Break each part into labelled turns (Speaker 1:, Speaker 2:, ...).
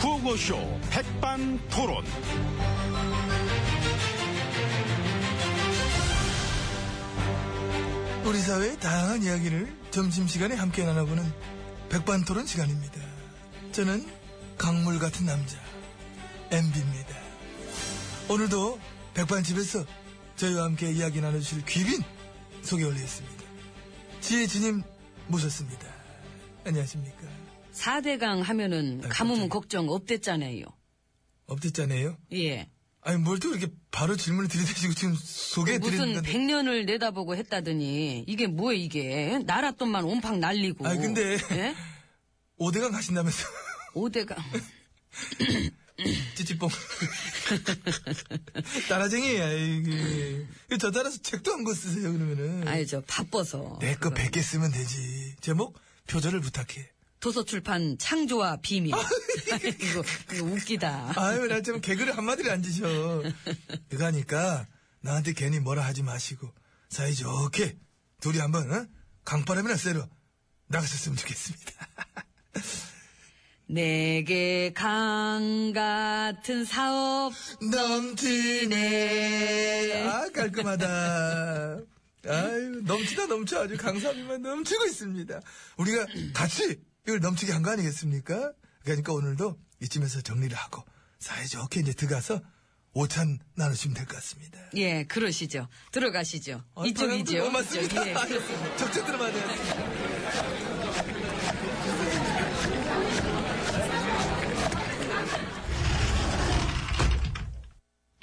Speaker 1: 라디오쇼 백반토론.
Speaker 2: 우리 사회의 다양한 이야기를 점심시간에 함께 나눠보는 백반토론 시간입니다. 저는 강물 같은 남자, MB입니다. 오늘도 백반집에서 저희와 함께 이야기 나눠주실 귀빈 소개 올리겠습니다. 지혜진님 모셨습니다. 안녕하십니까.
Speaker 3: 4대강 하면은
Speaker 2: 아,
Speaker 3: 가뭄
Speaker 2: 걱정.
Speaker 3: 걱정 없댔잖아요.
Speaker 2: 업됐잖아요.
Speaker 3: 예.
Speaker 2: 아니, 뭘 또 이렇게 바로 질문을 들이대시고 지금 소개해드리는
Speaker 3: 무슨
Speaker 2: 건데.
Speaker 3: 백년을 내다보고 했다더니 이게 뭐야 이게 나라 돈만 온팡 날리고.
Speaker 2: 아니, 근데-
Speaker 3: 예?
Speaker 2: 5대강 가신다면서.
Speaker 3: 5대강
Speaker 2: 찌찌뽕. 아, 따라쟁이, 아이, 그, 저 따라서 책도 안 거 쓰세요, 그러면은.
Speaker 3: 아니 저 바빠서
Speaker 2: 내 거 100개 쓰면 되지. 제목, 표절을 부탁해.
Speaker 3: 도서출판 창조와 비밀. 이거, 이거 웃기다.
Speaker 2: 아, 아유, 나 좀 개그를 한마디를 안 지셔. 그거니까, 나한테 괜히 뭐라 하지 마시고, 사이좋게, 둘이 한 번, 어? 강바람이나 쐬러 나가셨으면 좋겠습니다.
Speaker 3: 내게 강 같은 사업
Speaker 2: 넘치네. 아, 깔끔하다. 아유, 넘치다 넘쳐. 아주 강사비만 넘치고 있습니다. 우리가 같이 이걸 넘치게 한 거 아니겠습니까? 그러니까 오늘도 이쯤에서 정리를 하고 사이좋게 이제 들어가서 오찬 나누시면 될 것 같습니다.
Speaker 3: 예 그러시죠 들어가시죠
Speaker 2: 아,
Speaker 3: 이쪽이죠
Speaker 2: 방향도 맞습니다.
Speaker 3: 이쪽, 예, 그렇습니다.
Speaker 2: 적재 들어맞아야 돼.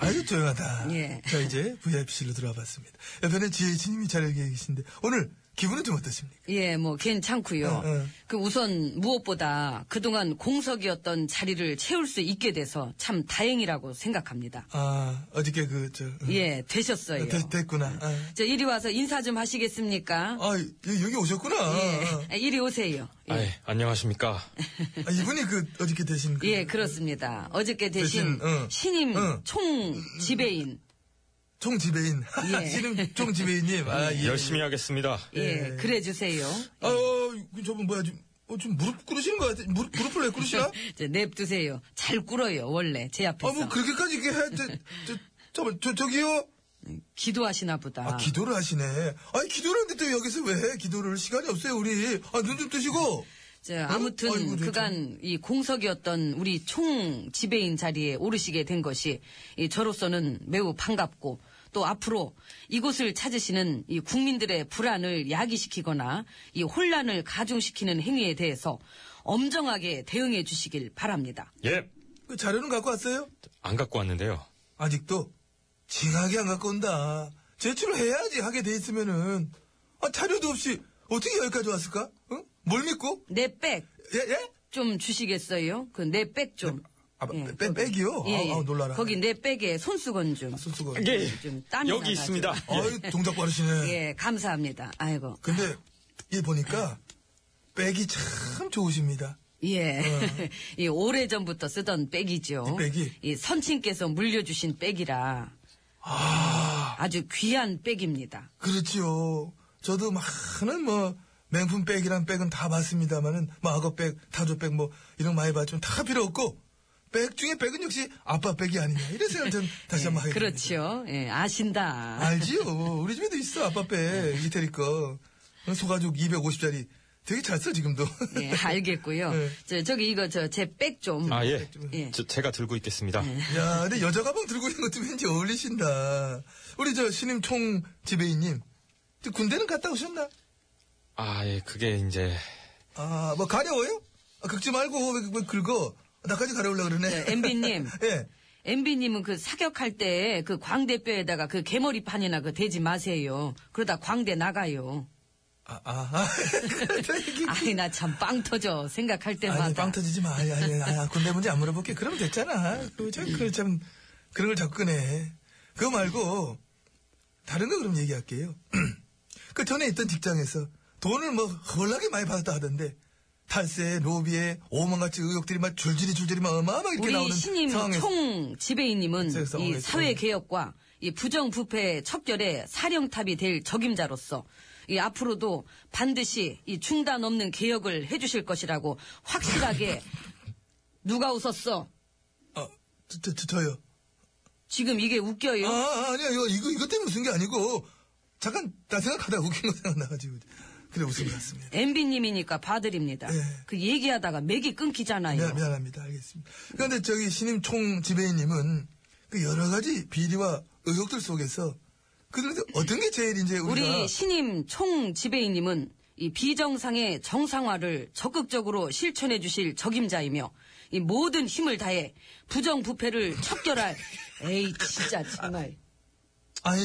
Speaker 2: 아주 조용하다.
Speaker 3: 예.
Speaker 2: 자, 이제 VIP실로 들어와 봤습니다. 옆에는 지혜진님이 자리에 계신데, 오늘 기분은 좀 어떠십니까?
Speaker 3: 예, 뭐 괜찮고요.
Speaker 2: 어, 어.
Speaker 3: 그 우선 무엇보다 그동안 공석이었던 자리를 채울 수 있게 돼서 참 다행이라고 생각합니다.
Speaker 2: 아, 어저께 그, 저. 음,
Speaker 3: 예, 되셨어요.
Speaker 2: 됐, 됐구나. 아,
Speaker 3: 저 이리 와서 인사 좀 하시겠습니까?
Speaker 2: 아, 여- 여기 오셨구나. 어,
Speaker 3: 예, 이리 오세요. 예.
Speaker 4: 아이, 안녕하십니까.
Speaker 2: 아, 이분이 그, 어저께 되신 그.
Speaker 3: 예, 그렇습니다. 어저께 대신
Speaker 2: 대신, 어.
Speaker 3: 신임
Speaker 2: 어.
Speaker 3: 총 지배인.
Speaker 2: 총 지배인.
Speaker 3: 예.
Speaker 2: 지금 총 지배인님. 아, 예.
Speaker 4: 열심히 하겠습니다.
Speaker 3: 예,
Speaker 2: 예.
Speaker 3: 그래 주세요.
Speaker 2: 아, 어, 그 저분 뭐야 지금 어, 지금 무릎 꿇으시는 거 같아. 무릎 무릎을 왜 꿇으시나? 아,
Speaker 3: 이제 냅두세요. 잘 꿇어요, 원래 제 앞에서.
Speaker 2: 아뭐 그렇게까지 이게 해야 돼. 저, 잠깐 저 저기요.
Speaker 3: 기도하시나 보다.
Speaker 2: 아 기도를 하시네. 아니 기도를 하는데 또 여기서 왜 해? 기도를 시간이 없어요 우리. 아눈 좀 뜨시고.
Speaker 3: 자, 아무튼
Speaker 2: 어? 아이고, 저,
Speaker 3: 그간 이 공석이었던 우리 총 지배인 자리에 오르시게 된 것이 이 저로서는 매우 반갑고 또 앞으로 이곳을 찾으시는 이 국민들의 불안을 야기시키거나 이 혼란을 가중시키는 행위에 대해서 엄정하게 대응해 주시길 바랍니다.
Speaker 4: 예,
Speaker 2: 그 자료는 갖고 왔어요?
Speaker 4: 안 갖고 왔는데요.
Speaker 2: 아직도 징하게 안 갖고 온다. 제출을 해야지 하게 돼 있으면은 아 자료도 없이 어떻게 여기까지 왔을까? 응? 뭘 믿고?
Speaker 3: 내 백 좀
Speaker 2: 예 예?
Speaker 3: 주시겠어요? 그 내 백 좀.
Speaker 2: 아,
Speaker 3: 예,
Speaker 2: 빼- 빼- 빼기요?
Speaker 3: 예,
Speaker 2: 아우,
Speaker 3: 예.
Speaker 2: 아우, 놀라라. 아,
Speaker 3: 거기 내 백에 손수건 좀.
Speaker 2: 손수건.
Speaker 4: 예,
Speaker 3: 좀 땀이 나가지고.
Speaker 4: 여기 있습니다.
Speaker 2: 아유 동작 빠르시네.
Speaker 3: 예, 감사합니다. 아이고.
Speaker 2: 근데 이 보니까 백이 참 좋으십니다.
Speaker 3: 예. 이 오래전부터 쓰던 백이죠.
Speaker 2: 이 백이?
Speaker 3: 이 선친께서 물려주신 백이라. 아. 주 귀한 백입니다.
Speaker 2: 그렇지요. 저도 많은 뭐 명품 백이란 백은 다 봤습니다만은 마거 백, 타조 백뭐 이런 거 많이 봤지만 다 필요 없고 백 중에 백은 역시 아빠 백이 아니냐 이런 생각 전 다시 한번 하게 됩니다.
Speaker 3: 예, 그렇죠. 예, 아신다.
Speaker 2: 알지요. 우리 집에도 있어 아빠 백 이태리 거 소가죽 250짜리 되게 잘 써 지금도.
Speaker 3: 예, 알겠고요.
Speaker 2: 예.
Speaker 3: 저, 저기 이거 저 제 백 좀.
Speaker 4: 아, 예.
Speaker 3: 예.
Speaker 4: 저- 제가 들고 있겠습니다.
Speaker 2: 야, 근데 여자 가방 들고 있는 것도 왠지 어울리신다. 우리 저 신임 총 지배인님, 저 군대는 갔다 오셨나?
Speaker 4: 아, 예, 그게 이제.
Speaker 2: 아, 뭐 가려워요? 아, 긁지 말고 왜, 왜 긁어? 나까지 가려울라 그러네.
Speaker 3: 저, MB님.
Speaker 2: 예.
Speaker 3: MB님은 그 사격할 때 그 광대뼈에다가 그 개머리판이나 그 대지 마세요. 그러다 광대 나가요.
Speaker 2: 아, 아, 아.
Speaker 3: 아니, 나 참 빵 터져. 생각할 때마다.
Speaker 2: 아니, 빵 터지지 마. 아니, 아니, 아니, 아, 군대 문제 안 물어볼게. 그러면 됐잖아. 그, 참, 그, 참, 그런 걸 자꾸 꺼내. 그거 말고, 다른 거 그럼 얘기할게요. 그 전에 있던 직장에서 돈을 뭐 허벌나게 많이 받았다 하던데, 탈세, 로비에, 오만같이 의혹들이 막 줄줄이 줄줄이 막 어마어마하게 이렇게
Speaker 3: 우리
Speaker 2: 나오는
Speaker 3: 신임
Speaker 2: 상황에서.
Speaker 3: 총 지배인님은
Speaker 2: 그래서
Speaker 3: 이
Speaker 2: 상황에서.
Speaker 3: 사회 개혁과 이 부정 부패 척결의 사령탑이 될 적임자로서 이 앞으로도 반드시 이 중단 없는 개혁을 해주실 것이라고 확실하게 누가 웃었어?
Speaker 2: 아, 저, 저, 저, 저요.
Speaker 3: 지금 이게 웃겨요?
Speaker 2: 아, 아, 아니야. 이거, 이거, 이것 때문에 웃은 게 아니고, 잠깐, 나 생각하다 웃긴 거 생각나가지고. 그래, 웃은 것 같습니다.
Speaker 3: MB님이니까 봐드립니다.
Speaker 2: 예.
Speaker 3: 그 얘기하다가 맥이 끊기잖아요.
Speaker 2: 네, 미안, 미안합니다. 알겠습니다. 그런데 저기 신임 총 지배인님은 그 여러 가지 비리와 의혹들 속에서 그들한테 어떤 게 제일 이제 우리가
Speaker 3: 우리 신임 총 지배인님은 이 비정상의 정상화를 적극적으로 실천해 주실 적임자이며 이 모든 힘을 다해 부정부패를 척결할 에이 진짜 정말
Speaker 2: 아니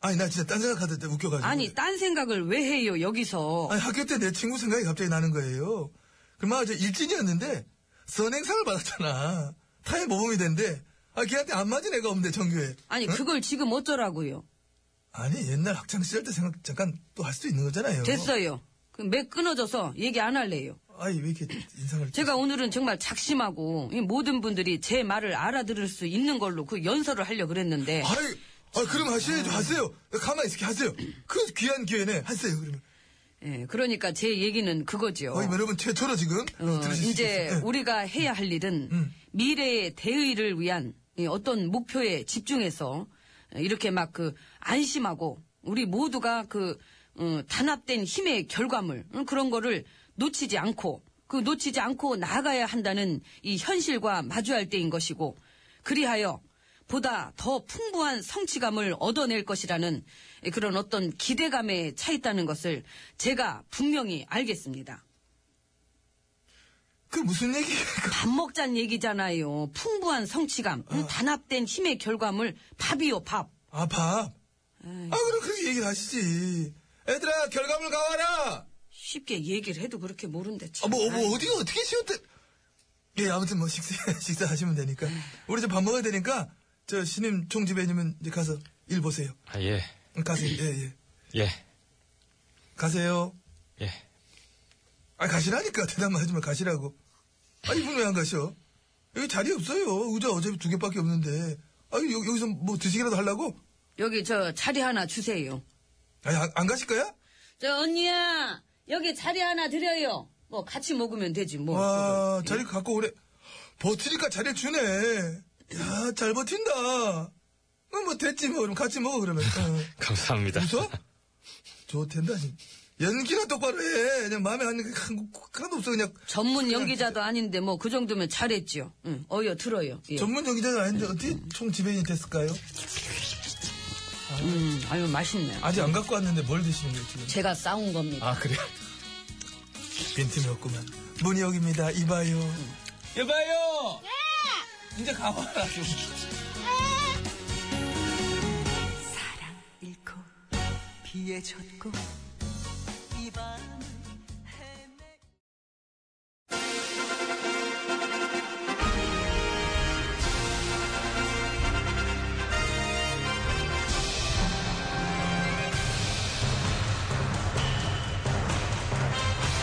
Speaker 2: 아니 나 진짜 딴 생각하다 때 웃겨가지고
Speaker 3: 아니 딴 생각을 왜 해요 여기서
Speaker 2: 아니, 학교 때 내 친구 생각이 갑자기 나는 거예요. 그마 저 일진이었는데 선행상을 받았잖아. 타의 모범이 된데 아 걔한테 안 맞은 애가 없는데 전교에.
Speaker 3: 아니
Speaker 2: 응?
Speaker 3: 그걸 지금 어쩌라고요
Speaker 2: 아니 옛날 학창 시절 때 생각 잠깐 또 할 수도 있는 거잖아요.
Speaker 3: 됐어요 그럼 맥 끊어져서 얘기 안 할래요
Speaker 2: 아니 왜 이렇게 인상을
Speaker 3: 제가 오늘은 정말 작심하고 이 모든 분들이 제 말을 알아들을 수 있는 걸로 그 연설을 하려고 그랬는데
Speaker 2: 아이 아 그럼 하셔야죠 하세요. 가만히 있을게 하세요. 그 귀한 기회네 하세요 그러면.
Speaker 3: 예, 그러니까 제 얘기는 그거죠
Speaker 2: 어, 여러분 최초로 지금
Speaker 3: 어,
Speaker 2: 들으실 수
Speaker 3: 이제
Speaker 2: 있겠어요. 네.
Speaker 3: 우리가 해야 할 일은
Speaker 2: 음.
Speaker 3: 미래의 대의를 위한 이 어떤 목표에 집중해서 이렇게 막 그 안심하고 우리 모두가 그 어, 단합된 힘의 결과물 응, 그런 거를 놓치지 않고 그 놓치지 않고 나아가야 한다는 이 현실과 마주할 때인 것이고 그리하여 보다 더 풍부한 성취감을 얻어낼 것이라는 예, 그런 어떤 기대감에 차 있다는 것을 제가 분명히 알겠습니다.
Speaker 2: 그 무슨 얘기예요?
Speaker 3: 밥 먹자는 얘기잖아요. 풍부한 성취감, 응?
Speaker 2: 어.
Speaker 3: 단합된 힘의 결과물, 밥이요, 밥.
Speaker 2: 아, 밥. 아, 그럼 그렇게 얘기를 하시지. 애들아, 결과물 가와라!
Speaker 3: 쉽게 얘기를 해도 그렇게 모른대.
Speaker 2: 아,
Speaker 3: 참.
Speaker 2: 뭐, 뭐, 어디가 어떻게 쉬운데. 예, 아무튼 뭐, 식사, 식사하시면 되니까. 우리 저 밥 먹어야 되니까, 저 신임 총지배님은 이제 가서 일 보세요.
Speaker 4: 아, 예.
Speaker 2: 가세요, 예, 예.
Speaker 4: 예.
Speaker 2: 가세요.
Speaker 4: 예.
Speaker 2: 아, 가시라니까. 대답만 하지 마, 가시라고. 아, 이분 왜 안 가셔? 여기 자리 없어요. 의자 어차피 두 개밖에 없는데. 아, 여, 여기서 뭐 드시기라도 하려고?
Speaker 3: 여기 저 자리 하나 주세요.
Speaker 2: 아니, 안, 안 가실 거야?
Speaker 3: 저 언니야, 여기 자리 하나 드려요. 뭐 같이 먹으면 되지, 뭐.
Speaker 2: 와, 자리 갖고 오래. 버티니까 자리를 주네. 야, 잘 버틴다. 어, 뭐, 됐지, 뭐. 그럼 같이 먹어, 그러면. 어.
Speaker 4: 감사합니다.
Speaker 2: 웃어? 좋텐데, 아니. 연기나 똑바로 해. 그냥 마음에 안 드는 게 한- 하나도 없어, 그냥.
Speaker 3: 전문 연기자도 아닌데 뭐 그 정도면 잘했지요. 응, 어여 들어요. 예.
Speaker 2: 전문 연기자는 아닌데, 어떻게 총 지배인이 됐을까요?
Speaker 3: 음, 아유 맛있네.
Speaker 2: 아직 안 갖고 왔는데 뭘 드시는 거예요, 지금?
Speaker 3: 제가 싸운 겁니다.
Speaker 2: 아, 그래요? 빈틈이 없구만. 문희옥입니다. 이봐요. 이봐요! 이제 가봐라.
Speaker 5: 잃고 비에 젖고 이 밤을 헤매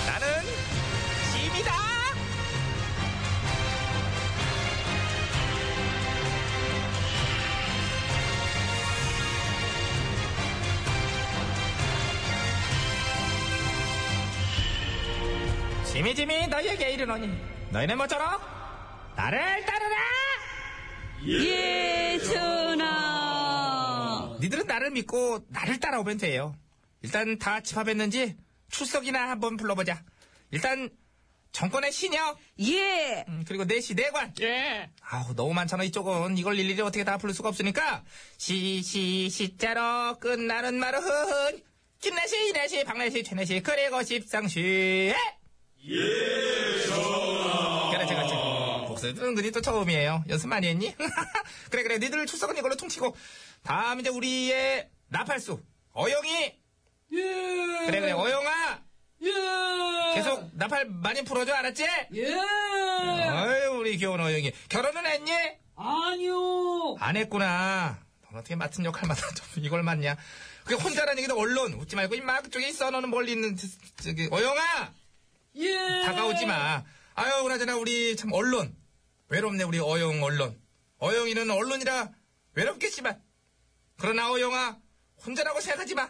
Speaker 1: 나는 짐이다.
Speaker 6: 짐이 짐이 너희에게 이르노니 너희는 모쪼록 나를 따르라
Speaker 2: 예.
Speaker 3: 예천아.
Speaker 6: 니들은 나를 믿고 나를 따라오면 돼요 일단 다 집합했는지 출석이나 한번 불러보자 일단 정권의 신여
Speaker 3: 예.
Speaker 6: 음, 그리고 내시 내관
Speaker 4: 예.
Speaker 6: 아우 너무 많잖아 이쪽은 이걸 일일이 어떻게 다 부를 수가 없으니까 시시 시자로 끝나는 말은 김내시 이내시 박내시 최내시 그리고 십상시 예! 그렇지 그렇지 목소리 들은 건이 또 처음이에요 연습 많이 했니? 그래 그래 니들 출석은 이걸로 통치고 다음 이제 우리의 나팔수 어영이
Speaker 2: 예!
Speaker 6: 그래 그래 어영아 계속 나팔 많이 풀어줘 알았지?
Speaker 3: 네.
Speaker 2: 예!
Speaker 6: 아유 우리 귀여운 어영이 결혼은 했니?
Speaker 7: 아니요.
Speaker 6: 안 했구나. 넌 어떻게 맡은 역할마다 좀 이걸 맡냐? 그게 혼자라는 얘기도 언론 웃지 말고 임마 그쪽에 있어 너는 멀리 있는 저- 저기 어영아
Speaker 7: 예.
Speaker 6: 다가오지 마. 아유 그나저나 우리 참 언론 외롭네 우리 어영 언론 어영이는 언론이라 외롭겠지만 그러나 어영아 혼자라고 생각하지 마.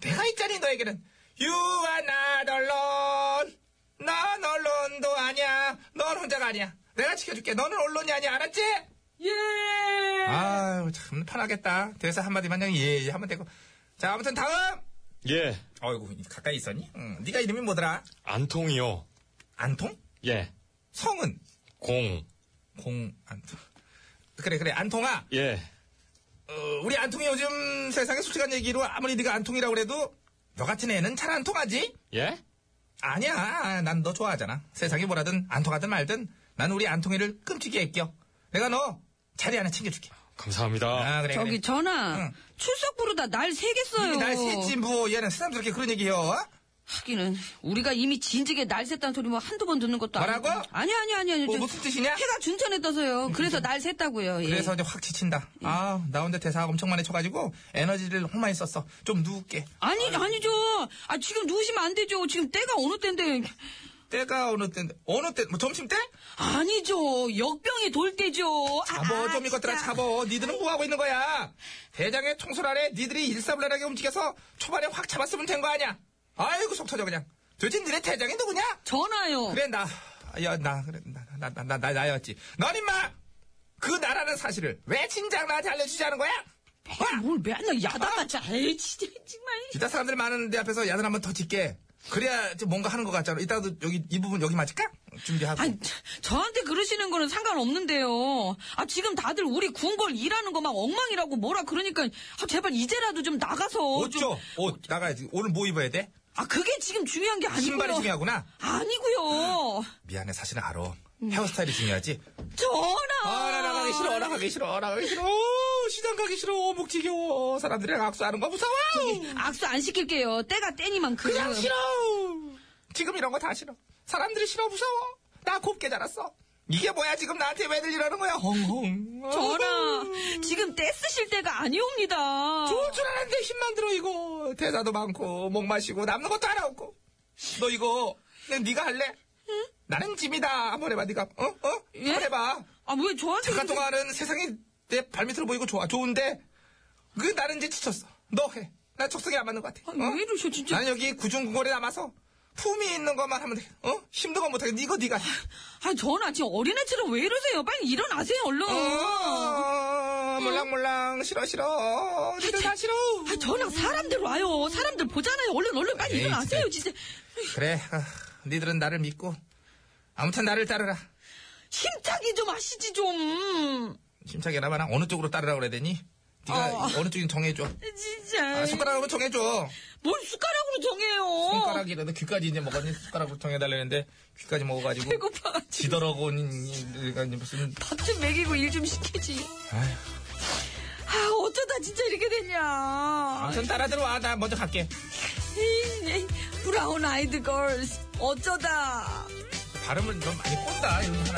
Speaker 6: 내가 있잖니 너에게는 You are not alone. 넌 언론도 아니야. 넌 혼자가 아니야. 내가 지켜줄게. 너는 언론이 아니야. 알았지?
Speaker 8: 예.
Speaker 2: 아유, 참 편하겠다. 대사 한마디 만냥 예, 예 하면 되고. 자, 아무튼 다음!
Speaker 4: 예.
Speaker 2: 어이구, 가까이 있었니? 응. 네가 이름이 뭐더라?
Speaker 4: 안통이요.
Speaker 2: 안통?
Speaker 4: 예.
Speaker 2: 성은?
Speaker 4: 공.
Speaker 2: 공안통. 그래, 그래, 안통아.
Speaker 4: 예.
Speaker 2: 어, 우리 안통이 요즘 세상에 솔직한 얘기로 아무리 네가 안통이라고 해도 너 같은 애는 잘 안 통하지?
Speaker 4: 예?
Speaker 2: 아니야, 난 너 좋아하잖아. 세상이 뭐라든 안 통하든 말든 난 우리 안통이를 끔찍이 애껴. 내가 너 자리 하나 챙겨줄게.
Speaker 4: 감사합니다.
Speaker 2: 아, 그래,
Speaker 3: 저기
Speaker 2: 그래.
Speaker 3: 전화
Speaker 2: 응.
Speaker 3: 출석 부르다 날 세겠어요
Speaker 2: 이미 날 샜지 뭐 얘는 쓰담스럽게 그런 얘기해요. 어?
Speaker 3: 하기는 우리가 이미 진지게 날 샜다는 소리 뭐 한두 번 듣는 것도 아니고.
Speaker 2: 뭐라고?
Speaker 3: 아니 아니 아니 아니.
Speaker 2: 뭐
Speaker 3: 저-
Speaker 2: 무슨 뜻이냐?
Speaker 3: 해가 춘천에 떠서요. 그래서 날 샜다고요. 예.
Speaker 2: 그래서 이제 확 지친다. 아, 나 혼자 대사 엄청 많이 쳐가지고 에너지를 너무 많이 썼어. 좀 누울게.
Speaker 3: 아니 아니죠. 아 지금 누우시면 안 되죠. 지금 때가 어느 때인데.
Speaker 2: 때가 어느 때인데, 어느 때, 뭐 점심 때?
Speaker 3: 아니죠. 역병이 돌 때죠. 아,
Speaker 2: 잡어, 좀
Speaker 3: 아,
Speaker 2: 이것들아,
Speaker 3: 진짜.
Speaker 2: 잡어. 니들은 뭐 하고 있는 거야? 대장의 총설 아래 니들이 일사불란하게 움직여서 초반에 확 잡았으면 된 거 아니야? 아이고, 속 터져, 그냥. 도대체 니네 대장이 누구냐?
Speaker 3: 전화요.
Speaker 2: 그래, 나. 야, 나, 그래, 나, 나, 나, 나, 나, 나였지. 넌 임마! 그 나라는 사실을 왜 진작 나한테 알려주지 않은 거야? 와!
Speaker 3: 뭘
Speaker 2: 어?
Speaker 3: 맨날 야단같이 에이 진짜 정말.
Speaker 2: 이따 사람들 많은 데 앞에서 야단 한번 더 칠게. 그래야 좀 뭔가 하는 것 같잖아. 이따도 여기, 이 부분 여기 맞을까? 준비하고.
Speaker 3: 아니, 저- 저한테 그러시는 거는 상관없는데요. 아, 지금 다들 우리 군걸 일하는 거 막 엉망이라고 뭐라 그러니까, 아, 제발 이제라도 좀 나가서.
Speaker 2: 옷
Speaker 3: 뭐 좀-
Speaker 2: 줘. 옷 나가야지. 오늘 뭐 입어야 돼?
Speaker 3: 아, 그게 지금 중요한 게 아니고요. 뭐.
Speaker 2: 신발이 중요하구나.
Speaker 3: 아니고요.
Speaker 2: 미안해, 사실은 알아.
Speaker 3: 음.
Speaker 2: 헤어스타일이 중요하지.
Speaker 3: 전화.
Speaker 2: 아, 나 나가기 싫어, 나가기 싫어, 나가기 싫어. 오, 시장 가기 싫어, 목 지겨워. 사람들이랑 악수하는 거 무서워.
Speaker 3: 악수 안 시킬게요. 때가 때니만큼.
Speaker 2: 그냥 싫어. 지금 이런 거 다 싫어. 사람들이 싫어, 무서워. 나 곱게 자랐어. 이게 뭐야, 지금 나한테 왜들 이러는 거야? 헝헝. 어,
Speaker 3: 전화. 지금 때 쓰실 때가 아니옵니다.
Speaker 2: 좋을 줄 알았는데 힘만 들어, 이거. 대사도 많고, 목 마시고, 남는 것도 하나 없고. 너 이거, 그냥 네가 할래? 나는 짐이다. 한번 해봐, 네가. 어? 어?
Speaker 3: 예?
Speaker 2: 한번 해봐.
Speaker 3: 아, 왜 저한테.
Speaker 2: 잠깐
Speaker 3: 이렇게-
Speaker 2: 동안은 세상이 내 발밑으로 보이고 좋아 좋은데 그 나는 이제 지쳤어. 너 해. 나 적성에 안 맞는 것 같아. 어?
Speaker 3: 아, 왜 이러셔, 진짜.
Speaker 2: 나는 여기 구중궁궐에 남아서 품이 있는 것만 하면 돼. 어? 힘든 건 못하게 니거 니가. 해.
Speaker 3: 아, 전화. 지금 어린애처럼 왜 이러세요? 빨리 일어나세요, 얼른.
Speaker 2: 어, 몰랑몰랑 싫어 싫어. 니들 다 싫어.
Speaker 3: 아, 저랑 사람들 와요. 사람들 보잖아요. 얼른 얼른 빨리
Speaker 2: 에이,
Speaker 3: 일어나세요, 진짜.
Speaker 2: 그래. 아, 니들은 나를 믿고 아무튼 나를 따르라.
Speaker 3: 힘차게 좀 하시지 좀.
Speaker 2: 심차게나마 나 어느 쪽으로 따르라 그래야 되니? 네가
Speaker 3: 어. 네.
Speaker 2: 어느 쪽인 정해줘.
Speaker 3: 진짜.
Speaker 2: 아, 손가락으로 정해줘.
Speaker 3: 뭘 숟가락으로 정해요.
Speaker 2: 손가락이라도 귀까지 이제 먹었니? 숟가락으로 정해달라는데 귀까지 먹어가지고
Speaker 3: 배고파.
Speaker 2: 지더러고 그러니까 무슨
Speaker 3: 밥 좀 먹이고 일 좀 시키지. 아, 어쩌다 진짜 이렇게 됐냐.
Speaker 2: 아무튼 따라 들어와 나 먼저 갈게
Speaker 3: 에이, 에이, 브라운 아이드 걸스. 어쩌다.
Speaker 2: 발음을 좀 많이 꼰다 이런